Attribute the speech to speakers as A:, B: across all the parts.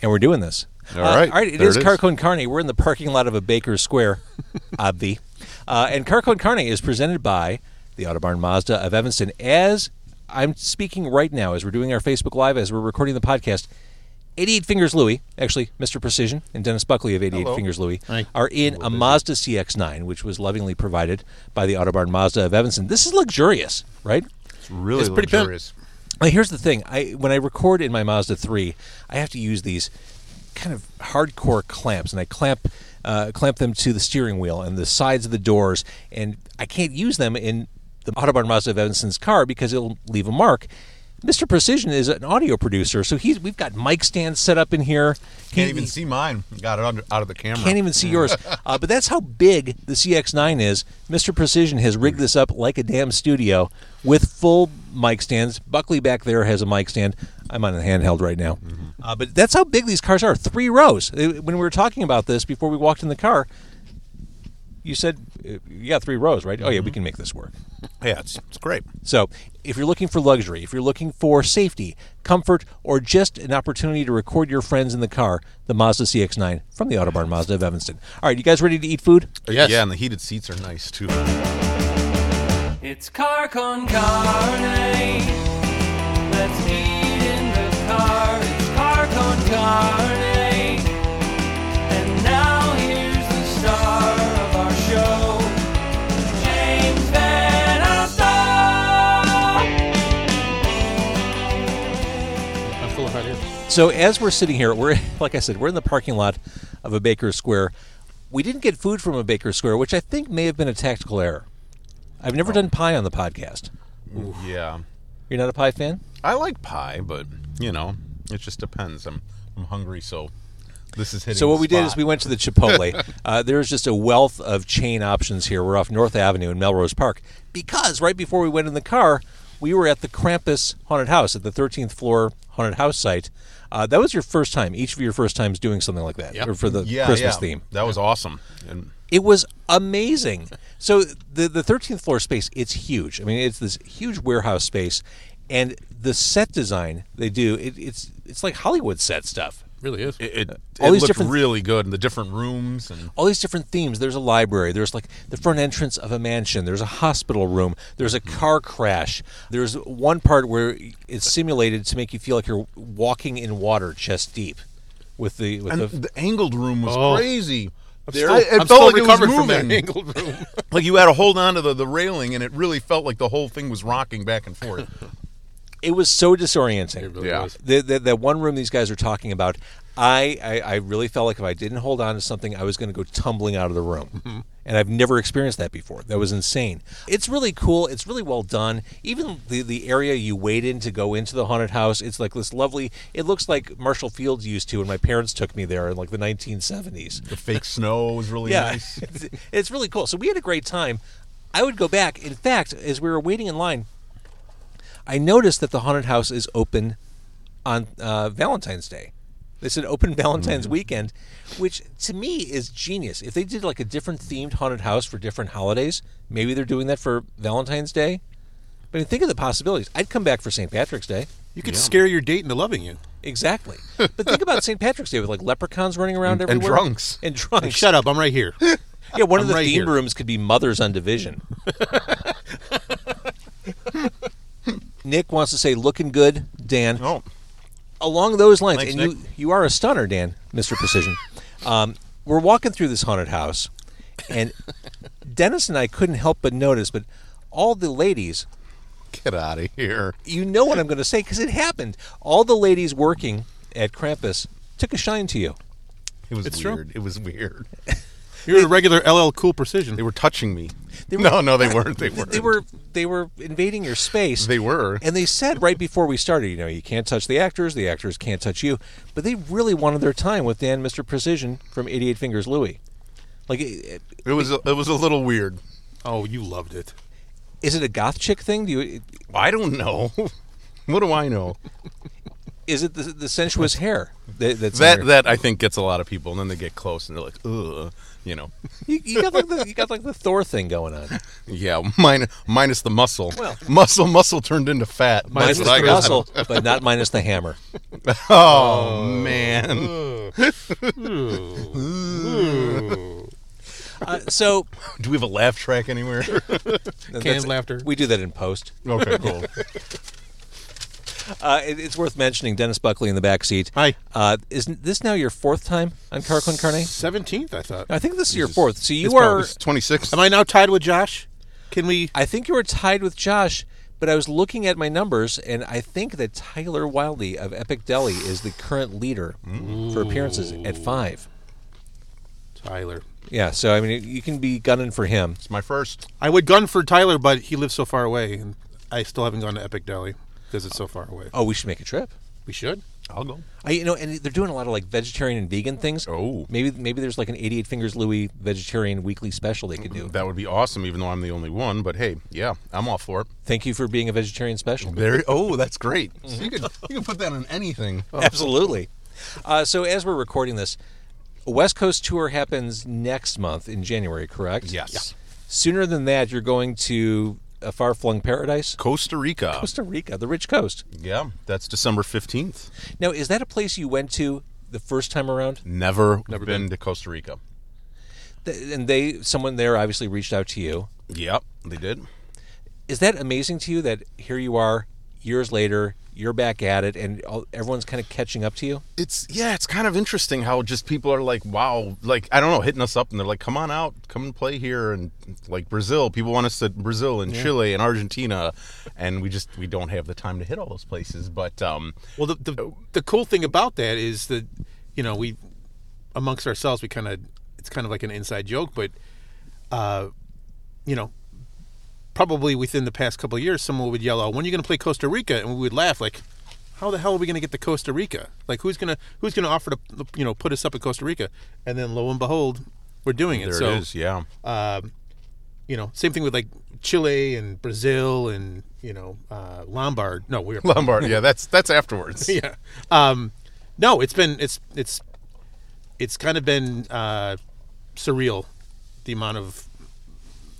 A: and we're doing this. Uh,
B: All right.
A: all right. It
B: There
A: is
B: it is.
A: Carco and Carney. We're in the parking lot of a Baker's Square, obvi. Uh, and Carco and Carney is presented by the Autobarn Mazda of Evanston. As I'm speaking right now, as we're doing our Facebook Live, as we're recording the podcast, 88 Fingers Louie, actually Mr. Precision and Dennis Buckley of 88 Fingers Louie,
C: Hi.
A: are in a Mazda CX-9, which was lovingly provided by the Autobarn Mazda of Evanston. This is luxurious, right?
B: It's really
C: It's pretty pimp.
B: luxurious.
A: Well, here's the thing. I when I record in my Mazda 3, I have to use these kind of hardcore clamps, and I clamp uh, clamp them to the steering wheel and the sides of the doors, and I can't use them in the Autobahn Mazda of Evanston's car because it'll leave a mark. Mr. Precision is an audio producer, so he's we've got mic stands set up in here.
B: Can't
A: He-
B: even see mine. Got it under, out of the camera.
A: can't even see yours. Uh, but that's how big the CX9 is. Mr. Precision has rigged this up like a damn studio with full mic stands. Buckley back there has a mic stand. I'm on a handheld right now. Uh, but that's how big these cars are. Three rows. Uh, When we were talking about this before we walked in the car, you said uh, you got three rows, right? Oh, yeah, we can make this work.
B: yeah, it's, it's great.
A: So, if you're looking for luxury, if you're looking for safety, comfort, or just an opportunity to record your friends in the car, the Mazda CX-9 from the Autobahn Mazda of Evanston. All right, you guys ready to eat food?
C: Yes.
B: Yeah, and the heated seats are nice too.
D: It's car con carne. Let's eat in the car. It's car con carne. And now here's the star of our show, James Van Alstad.
C: I'm full of hot air.
A: So, as we're sitting here, we're like I said, we're in the parking lot of a Baker's Square. We didn't get food from a Baker's Square, which I think may have been a tactical error. I've never done pie on the podcast.
B: yeah,
A: You're not a pie fan?
B: I like pie, but you know, it just depends. I'm I'm hungry, so this is hitting.
A: So what
B: the
A: we did is
B: spot.
A: we went to the Chipotle. uh, there's just a wealth of chain options here. We're off North Avenue in Melrose Park because right before we went in the car, we were at the Krampus Haunted House at the 13th floor haunted house site. Uh, that was your first time, each of your first times doing something like that or for the
B: yeah,
A: Christmas
B: yeah.
A: theme.
B: That was awesome. And
A: It was amazing. So the the 13th floor space, it's huge. I mean, it's this huge warehouse space, and the set design they do, it, it's it's like Hollywood set stuff.
C: Really is.
B: it, it,
A: all
B: it
A: these
B: looked
A: different-
B: really good in the different rooms and
A: all these different themes. There's a library. There's like the front entrance of a mansion. There's a hospital room. There's a car crash. There's one part where it's simulated to make you feel like you're walking in water chest deep, with the with
B: and
A: the.
B: the angled room was
C: Oh.
B: crazy. There,
C: Still-
B: I- it
C: I'm
B: felt
C: still
B: like it was
C: recovered from that
B: moving.
C: angled room.
B: Like you had to hold on to the, the railing, and it really felt like the whole thing was rocking back and forth.
A: it was so disorienting.
C: It really
B: Yeah.
C: was.
A: the, the, that one room these guys are talking about, I, I, I really felt like if I didn't hold on to something, I was going to go tumbling out of the room. and I've never experienced that before. That was insane. It's really cool. It's really well done. Even the, the area you wait in to go into the haunted house, it's like this lovely, it looks like Marshall Fields used to when my parents took me there in like the 1970s.
B: the fake snow was really nice.
A: it's, it's really cool. So we had a great time. I would go back. In fact, as we were waiting in line, I noticed that the haunted house is open on uh, Valentine's Day. They said open Valentine's
B: Mm.
A: weekend, which to me is genius. If they did like a different themed haunted house for different holidays, maybe they're doing that for Valentine's Day. But I mean, think of the possibilities. I'd come back for St. Patrick's Day.
C: You could scare your date into loving you.
A: Exactly. But think about St. Patrick's Day with like leprechauns running around
B: And- and
A: everywhere
B: drunks.
A: and drunks.
C: Like, shut up! I'm right here.
A: Yeah, one of
C: I'm
A: the
C: right
A: theme
C: here.
A: rooms could be Mothers on Division. Nick wants to say looking good, Dan.
B: Oh,
A: Along those lines,
B: Thanks,
A: and you you are a stunner, Dan, Mr. Precision. um, we're walking through this haunted house, and Dennis and I couldn't help but notice, but all the ladies
B: get out of here!
A: you know what I'm going to say because it happened. All the ladies working at Krampus took a shine to you.
B: It was
C: It's true.
B: weird. It was weird.
C: You're a regular LL Cool Precision.
B: They were touching me.
A: were-
B: no, no, they weren't. They
A: Th-
B: weren't.
A: They were they were invading your space.
B: They were.
A: and they said right before we started, you know, you can't touch the actors, the actors can't touch you. But they really wanted their time with Dan, Mr. Precision from 88 Fingers Louie. Like, i- i-
B: It was. A, it was a little weird.
C: oh, you loved it.
A: is it a goth chick thing? Do you?
B: I don't know. what do I know?
A: is it the, the sensuous hair that, that's on
B: That
A: your-
B: that I think gets a lot of people, and then they get close and they're like, ugh, you know,
A: you, you got like the, you got like the Thor thing going on.
B: yeah, minus minus the muscle,
A: Well-
B: muscle muscle turned into fat.
A: Minus
B: That's what I
A: the
B: got.
A: muscle, but not minus the hammer.
B: Oh man,
A: Uh, so
B: do we have a laugh track anywhere?
A: that's-
C: Canned laughter.
A: We do that in post.
B: okay, cool.
A: Uh, it, it's worth mentioning Dennis Buckley in the back seat.
C: Hi.
A: Uh, isn't this now your fourth time on Carcon Carne?
C: Seventeenth, I
B: Uh,
C: thought.
A: I think this is your fourth. So you
B: It's
A: are.
B: probably twenty six.
C: Am I now tied with Josh? Can we?
A: I think you were tied with Josh, but I was looking at my numbers, and I think that Tyler Wiley of Epic Deli is the current leader for appearances at five.
C: Tyler.
A: Yeah, so I mean, you can be gunning for him.
B: It's my first.
C: I would gun for Tyler, but he lives so far away, and I still haven't gone to Epic Deli because it's so far away.
A: Oh, we should make a trip.
C: We should.
B: I'll go.
A: I, you know, and they're doing a lot of like vegetarian and vegan things.
B: Oh.
A: maybe maybe there's like an 88 Fingers Louis vegetarian weekly special they could do.
B: That would be awesome, even though I'm the only one. But hey, yeah, I'm all for it.
A: Thank you for being a vegetarian special.
B: There. Oh, that's great. Oh. So you could you could put that on anything.
A: Absolutely. Uh, so as we're recording this, West Coast tour happens next month in January, correct?
B: Yes.
A: Sooner than that, you're going to a far flung paradise,
B: Costa Rica.
A: Costa Rica, the Rich Coast.
B: Yeah, that's December fifteenth.
A: Now, is that a place you went to the first time around?
B: Never, been, to Costa Rica.
A: Th- And they, someone there, obviously reached out to you.
B: Yep, they did.
A: Is that amazing to you that here you are, years later, you're back at it, and all, everyone's kind of catching up to you?
B: It's yeah, it's kind of interesting how just people are like, wow, like I don't know, hitting us up and they're like, come on out, come and play here, and like Brazil, people want us to Brazil and Chile and Argentina, and we just we don't have the time to hit all those places. But um,
C: Well, the the, the cool thing about that is that you know we amongst ourselves we kind of it's kind of like an inside joke, but uh, you know. Probably within the past couple of years, someone would yell out, "When are you going to play Costa Rica?" And we would laugh, like, "How the hell are we going to get to Costa Rica? Like, who's gonna who's gonna offer to you know put us up at Costa Rica?" And then lo and behold, we're doing it.
B: there
C: so
B: it is. Yeah,
A: uh,
C: um, you know, same thing with like Chile and Brazil and you know uh, Lombard. No, we we're
B: Lombard. Yeah, that's that's afterwards.
C: yeah. Um, no, it's been it's it's it's kind of been uh, surreal the amount of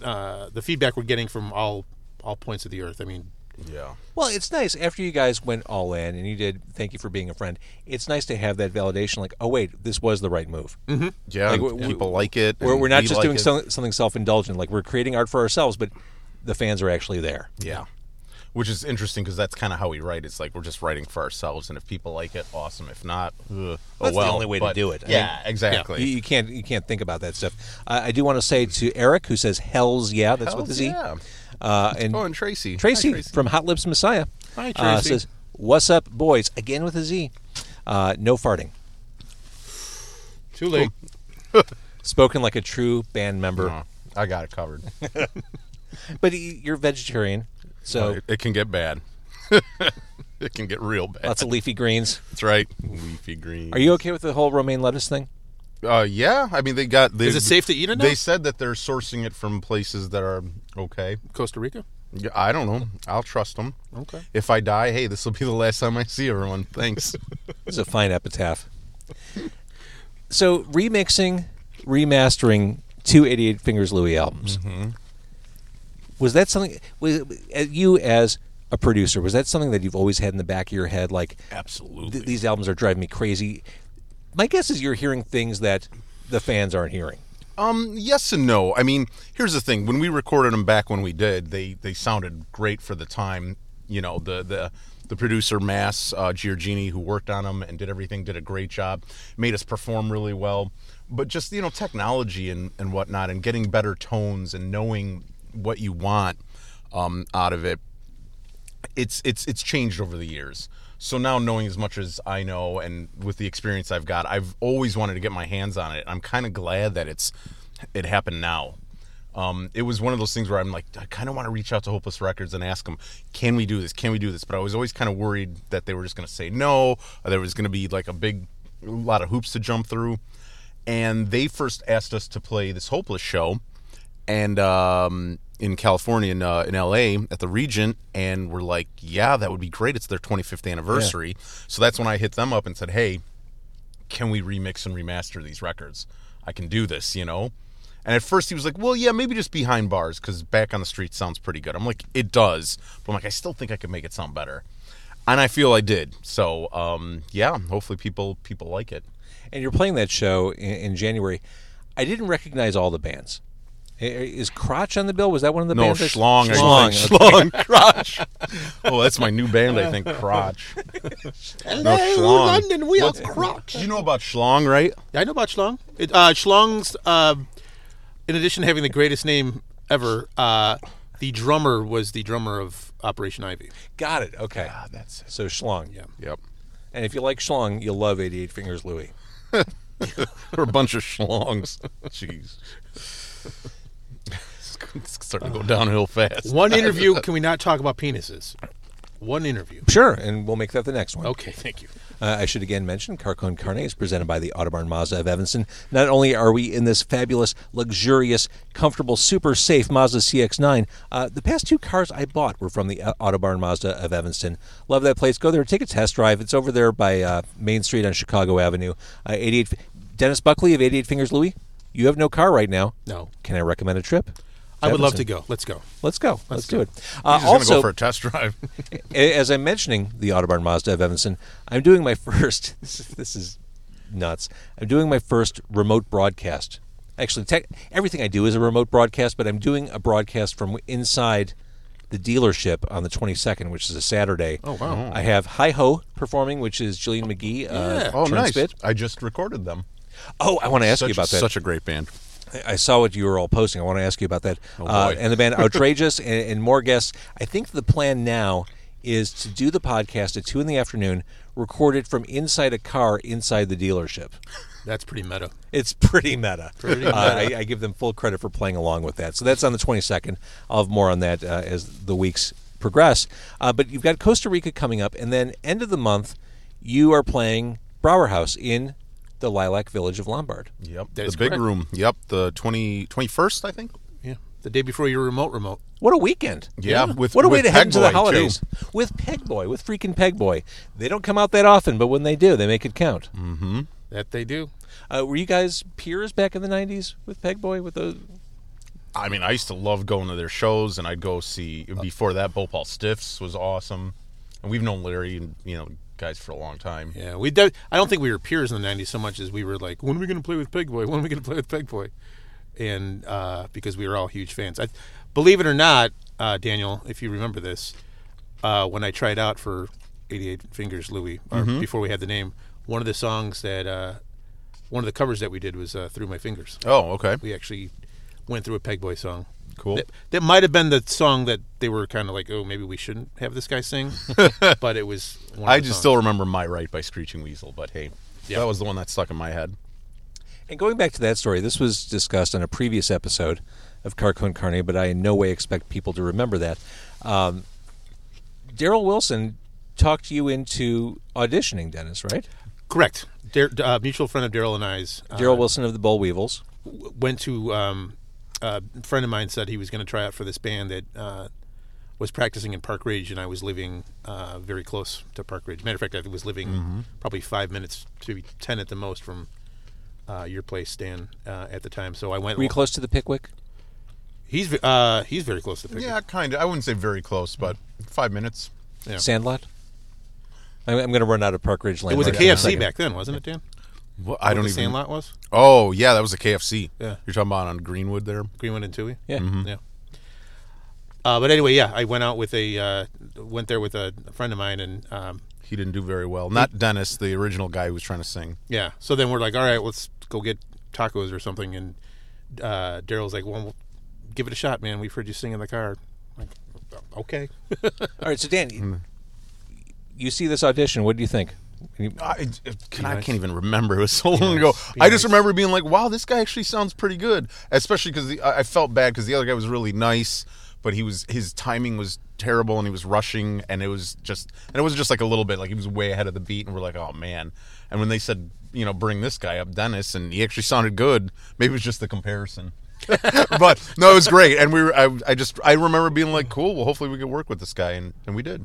C: uh, the feedback we're getting from all all points of the earth. I mean,
B: yeah.
A: Well, it's nice after you guys went all in and you did. Thank you for being a friend. It's nice to have that validation. Like, oh wait, this was the right move. Mm-hmm.
B: Yeah,
A: Like,
B: and
A: we- we-
B: people like it.
A: We're,
B: and
A: we're not
B: we
A: just
B: like
A: doing
B: it.
A: some, something self-indulgent. Like we're creating art for ourselves, but the fans are actually there.
B: Yeah, which is interesting because that's kind of how we write. It's like we're just writing for ourselves, and if people like it, awesome. If not, ugh, oh
A: That's the
B: well.
A: only way to
B: But-
A: do it. I
B: Yeah,
A: mean,
B: exactly.
A: You, you can't you can't think about that stuff. Uh, I do want to say to Eric, who says "Hell's yeah," that's with
B: Hells
A: the Z.
B: yeah.
A: Uh, and
B: Oh, and Tracy. Hi,
A: Tracy, from Hot Lips Messiah.
C: Hi,
A: Uh,
C: Tracy.
A: says, "What's up, boys?" Again with a Z. Uh, no farting.
C: too late.
A: Spoken like a true band member.
B: Oh, I got it covered.
A: But y- you're vegetarian, so
B: it, it can get bad. it can get real bad.
A: lots of leafy greens.
B: That's right. Leafy green.
A: Are you okay with the whole romaine lettuce thing?
B: Uh, yeah. I mean, they got. They,
C: Is it safe to eat it now?
B: They said that they're sourcing it from places that are okay.
C: Costa Rica.
B: Yeah, I don't know. I'll trust them.
C: Okay.
B: If I die, hey, this will be the last time I see everyone. Thanks.
A: It's a fine epitaph. So remixing, remastering two 88 Fingers Louis albums. Was that something was, uh, you as a producer? Was that something that you've always had in the back of your head? Like,
B: Absolutely.
A: th- these albums are driving me crazy. My guess is you're hearing things that the fans aren't hearing.
B: Um, yes and no. I mean, here's the thing: when we recorded them back when we did, they they sounded great for the time. You know, the the the producer Mass uh, Giorgini, who worked on them and did everything, did a great job. Made us perform really well. But just you know, technology and and whatnot, and getting better tones and knowing what you want um, out of it it's it's it's changed over the years. So now knowing as much as I know and with the experience I've got, I've always wanted to get my hands on it. I'm kind of glad that it's it happened now. Um, it was one of those things where I'm like, I kind of want to reach out to Hopeless Records and ask them, can we do this? Can we do this? But I was always kind of worried that they were just going to say no. Or there was going to be like a big a lot of hoops to jump through. And they first asked us to play this Hopeless show and um, in California in, uh, in LA at the Regent, and we're like, yeah, that would be great. It's their 25th anniversary, so that's when I hit them up and said, hey, can we remix and remaster these records? I can do this, you know. And at first he was like, well, yeah, maybe just behind bars because back on the street sounds pretty good. I'm like, it does, but I'm like, I still think I could make it sound better, and I feel I did. So um, yeah, hopefully people people like it.
A: and you're playing that show in, in January. I didn't recognize all the bands. I- Is Crotch on the bill? Was that one of the
B: No,
A: bands? that-
B: Schlong. I
A: Schlong.
B: think. Schlong. Crotch. Oh, that's my new band, I think. Crotch. No, Schlong.
C: London, we are
B: What-
C: crotch.
B: You know about Schlong, right?
C: I know about Schlong. It, uh, Schlong's, uh, in addition to having the greatest name ever, uh, the drummer was the drummer of Operation Ivy.
A: Got it. Okay.
B: Ah, that's it.
A: So Schlong. Yeah.
B: Yep.
A: And if you like Schlong, you'll love 88 Fingers Louie.
B: We're a bunch of schlongs. Jeez. It's starting to go downhill fast.
C: One interview. Can we not talk about penises? One interview.
A: Sure, and we'll make that the next one.
C: Okay, thank you.
A: Uh, I should again mention Carcon Carne is presented by the Audubon Mazda of Evanston. Not only are we in this fabulous, luxurious, comfortable, super safe Mazda CX9, uh, the past two cars I bought were from the uh, Audubon Mazda of Evanston. Love that place. Go there, take a test drive. It's over there by uh, Main Street on Chicago Avenue. Uh, 88 Dennis Buckley of 88 Fingers Louie, you have no car right now.
C: No.
A: Can I recommend a trip?
C: I would love to
A: Evanston.
C: go. Let's go.
A: Let's go. Let's, do it. Uh,
B: I'm just gonna
A: also,
B: go for a test drive.
A: a- as I'm mentioning the Audubon Mazda of Evanston, I'm doing my first. This is, this is nuts. I'm doing my first remote broadcast. Actually, tech, everything I do is a remote broadcast, but I'm doing a broadcast from inside the dealership on the 22nd, which is a Saturday. Oh wow! I have Hi Ho performing, which is Jillian McGee. Uh,
B: oh, nice.
A: Turnspit.
B: I just recorded them.
A: Oh, I want to ask
B: such,
A: you about that.
B: Such a great band.
A: I saw what you were all posting. I want to ask you about that. uh,
B: boy.
A: and the band Outrageous and, and more guests. I think the plan now is to do the podcast at two in the afternoon, record it from inside a car inside the dealership.
C: That's pretty meta.
A: It's pretty meta. Uh, I, I give them full credit for playing along with that. So that's on the 22nd. I'll have more on that uh, as the weeks progress. Uh, but you've got Costa Rica coming up, and then end of the month, you are playing Brower House in the Lilac Village of Lombard.
B: Yep.
C: That
B: the
C: is
B: big
C: correct.
B: room. Yep. The 20, 21st, I think.
C: Yeah. The day before your remote remote.
A: What a weekend!
B: Yeah, Yeah. with-
A: what a way
B: with
A: to head into
B: Pegboy,
A: the
B: too.
A: holidays with Peg Boy, with freaking Peg Boy. They don't come out that often, but when they do, they make it count.
C: That they do.
A: Uh, were you guys peers back in the '90s with Peg Boy? With those?
B: I mean, I used to love going to their shows, and I'd go see before that. Bhopal Stiffs was awesome, and we've known Larry and you know guys for a long time.
C: Yeah. We. De- I don't think we were peers in the '90s so much as we were like, when are we going to play with Pegboy? When are we going to play with Pegboy? And uh, because we were all huge fans. I, believe it or not, uh, Daniel, if you remember this, uh, when I tried out for 88 Fingers Louie, or before we had the name, one of the songs that, uh, one of the covers that we did was uh, "Through My Fingers."
B: Oh, okay.
C: we actually went through a Pegboy song.
B: Cool.
C: That, that might have been the song that they were kind of like, oh, maybe we shouldn't have this guy sing, but it was. One of
B: I
C: the
B: just
C: songs.
B: still remember "My Right" by Screeching Weasel, but hey,
C: Yeah.
B: that was the one that stuck in my head.
A: And going back to that story, this was discussed on a previous episode of Carcon Carne, but I in no way expect people to remember that. Um, Daryl Wilson talked you into auditioning, Dennis, right?
C: correct. Dar- uh, mutual friend of Daryl and I's uh,
A: Daryl Wilson of the Bull Weevils.
C: w- went to um, a friend of mine said he was going to try out for this band that uh, was practicing in Park Ridge, and I was living uh, very close to Park Ridge. Matter of fact, I was living
B: Mm-hmm.
C: probably five minutes to ten at the most from uh, your place, Dan, uh, at the time. So I went.
A: Were you close to the Pickwick?
C: He's ve- uh, he's very close to Pickwick.
B: Yeah, kind of. I wouldn't say very close, but five minutes.
C: Yeah.
A: Sandlot? I'm, I'm going to run out of Park Ridge Land.
C: It was a
A: right now.
C: KFC back then, wasn't it, Dan?
B: Well, I don't
C: the
B: even.
C: Sandlot was
B: Oh yeah, that was a KFC.
C: Yeah.
B: you're talking about on Greenwood there.
C: Greenwood and Tui.
A: Yeah.
B: Mm-hmm.
C: yeah. Uh, but anyway, yeah, I went out with a uh, went there with a friend of mine, and um,
B: He didn't do very well. Not Dennis, the original guy who was trying to sing.
C: yeah. So then we're like, all right, let's go get tacos or something. And uh, Daryl's like, well, give it a shot, man. We've heard you sing in the car. I'm like, okay.
A: All right, so Dan, you, you see this audition. What do you think? Can you-
B: I, it- can- I
C: nice.
B: can't even remember. It was so long
C: nice.
B: ago.
C: Be
B: I just
C: nice.
B: remember being like, "Wow, this guy actually sounds pretty good." Especially because I I felt bad because the other guy was really nice, but he was his timing was terrible and he was rushing, and it was just and it was just like a little bit like he was way ahead of the beat, and we're like, "Oh man!" And when they said, you know, bring this guy up, Dennis, and he actually sounded good. Maybe it was just the comparison. but no, it was great. And we were, I, I just, I remember being like, cool, well, hopefully we can work with this guy. And, and we did.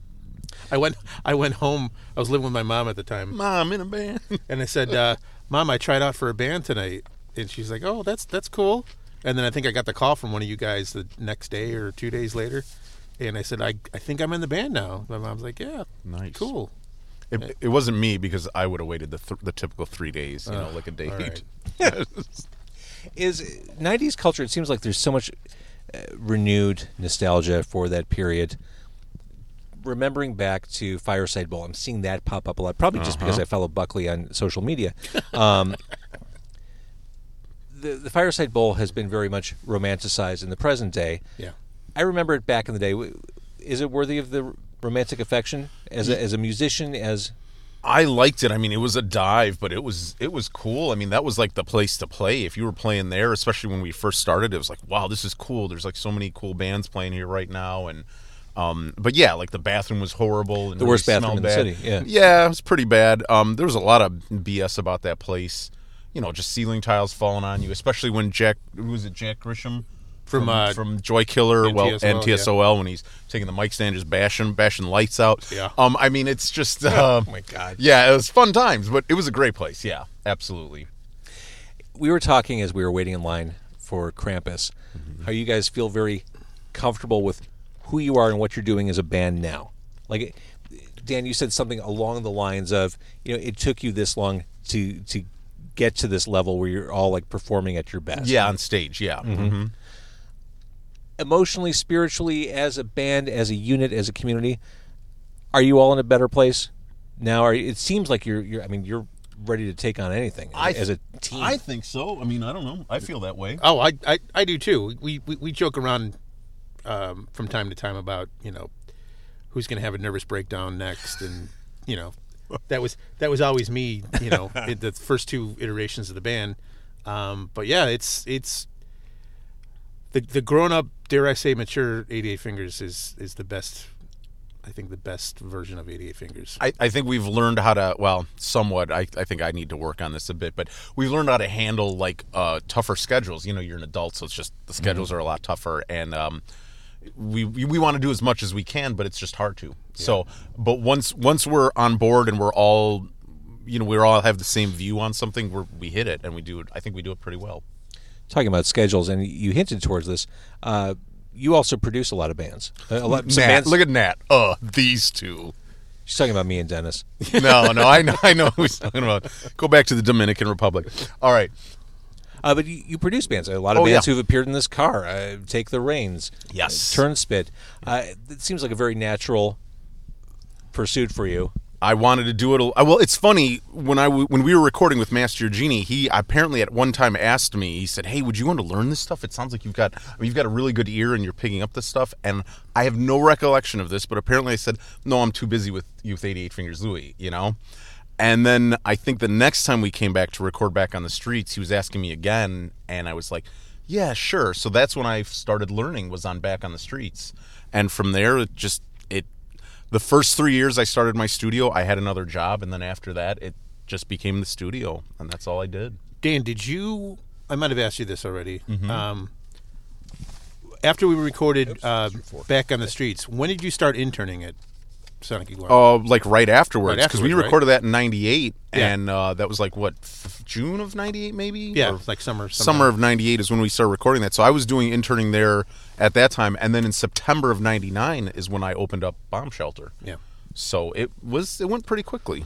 C: I went I went home. I was living with my mom at the time,
B: Mom in a band.
C: and I said, uh, "Mom, I tried out for a band tonight," and she's like, "Oh, that's that's cool." And then I think I got the call from one of you guys the next day or two days later, and I said, "I I think I'm in the band now." My mom's like, "Yeah,
B: Nice.
C: cool."
B: It, it wasn't me because I would have waited the, th- the typical three days, you know, like a date.
C: right.
A: is 90s culture it seems like there's so much uh, renewed nostalgia for that period remembering back to fireside bowl i'm seeing that pop up a lot probably just because i follow buckley on social media um, the, the fireside bowl has been very much romanticized in the present day
C: Yeah.
A: i remember it back in the day W- is it worthy of the romantic affection as a, as a musician as
B: I liked it. I mean, it was a dive, but it was it was cool. I mean, that was like the place to play. If you were playing there, especially when we first started, it was like, wow, this is cool. There's like so many cool bands playing here right now, and um, but yeah, like the bathroom was horrible. And
A: The worst
B: really
A: bathroom
B: smelled
A: in the
B: bad.
A: city, yeah.
B: yeah, it was pretty bad. Um, there was a lot of BS about that place. You know, just ceiling tiles falling on you, especially when Jack who was it Jack Grisham
C: From, uh,
B: from Joy Killer, well,
C: NTSOL, yeah.
B: NTSOL when he's taking the mic stand, just bashing bashing lights out.
C: Yeah.
B: Um, I mean, it's just uh,
C: Oh my God.
B: yeah, it was fun times, but it was a great place. Yeah, absolutely.
A: we were talking as we were waiting in line for Krampus,
B: Mm-hmm.
A: how you guys feel very comfortable with who you are and what you're doing as a band now. Like, Dan, you said something along the lines of, you know, it took you this long to to get to this level where you're all like performing at your best.
B: Yeah, on stage. Yeah,
C: Mm-hmm.
B: hmm
A: Emotionally, spiritually, as a band, as a unit, as a community, are you all in a better place now? Are you- it seems like you're you're I mean you're ready to take on anything
B: I-
A: as a team.
B: I think so. I mean, I don't know. I feel that way.
C: Oh, I, I, I do too. We, we, we joke around um, from time to time about you know who's going to have a nervous breakdown next, and you know that was that was always me. You know, in the first two iterations of the band. Um, but yeah, it's it's the the grown up, dare I say, mature 88 Fingers is is the best. I think the best version of 88 Fingers.
B: I, I think we've learned how to well somewhat I, I think i need to work on this a bit but we've learned how to handle like uh, tougher schedules you know you're an adult so it's just the
C: Mm-hmm.
B: schedules are a lot tougher and um, we we, we want to do as much as we can but it's just hard to so but once once we're on board and we're all you know we all have the same view on something we're, we hit it and we do it i think we do it pretty well
A: talking about schedules, and you hinted towards this. Uh, you also produce a lot of bands. A a lot, some
B: Nat,
A: bands.
B: look at nat uh these two
A: she's talking about me and Dennis.
B: no no i know i know who he's talking about go back to the dominican republic all right
A: Uh, but you, you produce bands. A lot of
B: Oh,
A: bands
B: yeah.
A: who've appeared in this car. Uh, Take the reins.
B: Yes.
A: Uh, Turnspit. Uh, it seems like a very natural pursuit for you.
B: I wanted to do it. A, well, it's funny when I w- when we were recording with Master Genie, he apparently at one time asked me. He said, "Hey, would you want to learn this stuff? It sounds like you've got I mean, you've got a really good ear and you're picking up this stuff." And I have no recollection of this, but apparently I said, "No, I'm too busy with Youth 88 Fingers Louie," you know. And then I think the next time we came back to record back on the streets, he was asking me again, and I was like, "Yeah, sure." So that's when I started learning was on back on the streets, and from there it just it the first three years I started my studio, I had another job, and then after that, it just became the studio, and that's all I did.
C: Dan, did you? I might have asked you this already. Um, after we recorded uh, back on the streets, when did you start interning at Sonic Iguana?
B: Oh, like right afterwards,
C: Right
B: because we
C: afterwards, right?
B: recorded that in '98,
C: Yeah.
B: and uh, that was like what f- June of '98, maybe.
C: yeah,
B: Or-
C: like summer,
B: summer of 98 is when we started recording that so i was doing interning there at that time and then in september of 99 is when i opened up bomb shelter
C: Yeah,
B: so it was it went pretty quickly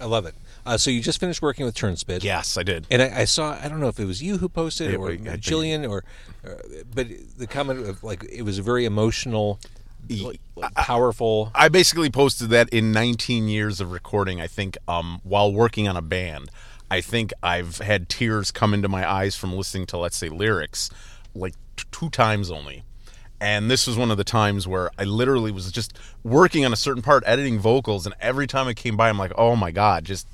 A: I love it. Uh, so you just finished working with Turnspit.
B: yes i did
A: And I, I saw, I don't know if it was you who posted
B: It-
A: or
B: I think-
A: Jillian or, or, but the comment of like, it was a very emotional, like, powerful.
B: I basically posted that in 19 years of recording. I think um, while working on a band, I think I've had tears come into my eyes from listening to, let's say, lyrics, like t- two times only. And this was one of the times where I literally was just working on a certain part, editing vocals, and every time it came by, I'm like, oh my god, just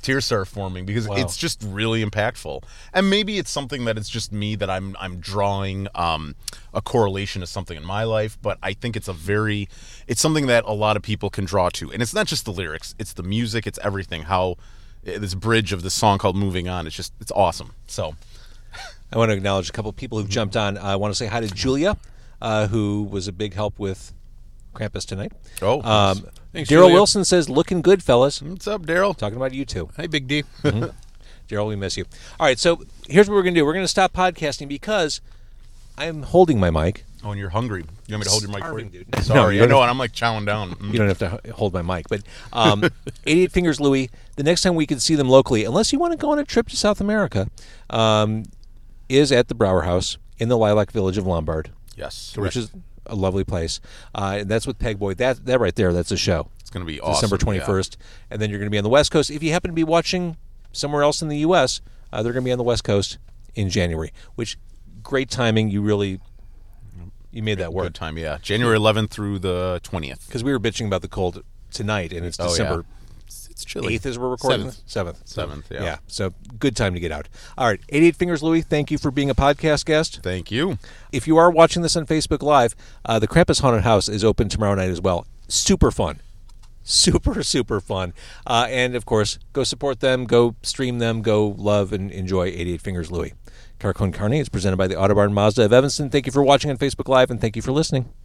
B: tears start forming because it's just really impactful. And maybe it's something that it's just me that I'm I'm drawing um, a correlation to something in my life, but I think it's a very it's something that a lot of people can draw to. And it's not just the lyrics, it's the music, it's everything. How eh, this bridge of the song called Moving On, it's just it's awesome. So
A: I want to acknowledge a couple of people who've jumped on. I want to say hi to Julia, uh, who was a big help with Krampus tonight.
B: Oh, nice.
A: um,
C: Thanks,
A: Daryl
C: Julia.
A: Wilson says, "Looking good, fellas." Hmm,
B: What's up, Daryl?
A: Talking about you two.
C: Hey, Big D.
A: Daryl, we miss you. All right, so here's what we're going to do. We're going to stop podcasting because I'm holding my mic.
B: Oh, and you're hungry. You want me to hold your mic for you?
A: Starving, dude.
B: Sorry,
A: No,
B: I know,
A: you're-
B: and I'm like chowing down. Mm.
A: You don't have to h- hold my mic, but um, 88 Fingers Louie, the next time we can see them locally, unless you want to go on a trip to South America, um, is at the Brower House in the Lilac Village of Lombard,
B: Yes,
A: which is a lovely place. Uh, and that's with Pegboy. That, that right there, that's a show.
B: it's going to be awesome.
A: December
B: yeah.
A: 21st. And then you're going to be on the West Coast. If you happen to be watching somewhere else in the U.S., uh, they're going to be on the West Coast in January, which great timing. You really you made that
B: Good
A: work
B: time, yeah. January 11th through the 20th.
A: because we were bitching about the cold tonight, and it's
B: Oh, yeah.
A: December
B: It's, it's chilly.
A: 8th as we're recording.
C: Seventh.
A: 7th.
B: 7th, yeah.
A: yeah. So good time to get out. All right. 88 Fingers Louie, thank you for being a podcast guest.
B: Thank you.
A: If you are watching this on Facebook Live, uh, the Krampus Haunted House is open tomorrow night as well. Super fun. Super, super fun. Uh, and of course, go support them, go stream them, go love and enjoy 88 Fingers Louie. Carcon Carne is presented by the Autobarn Mazda of Evanston. Thank you for watching on Facebook Live and thank you for listening.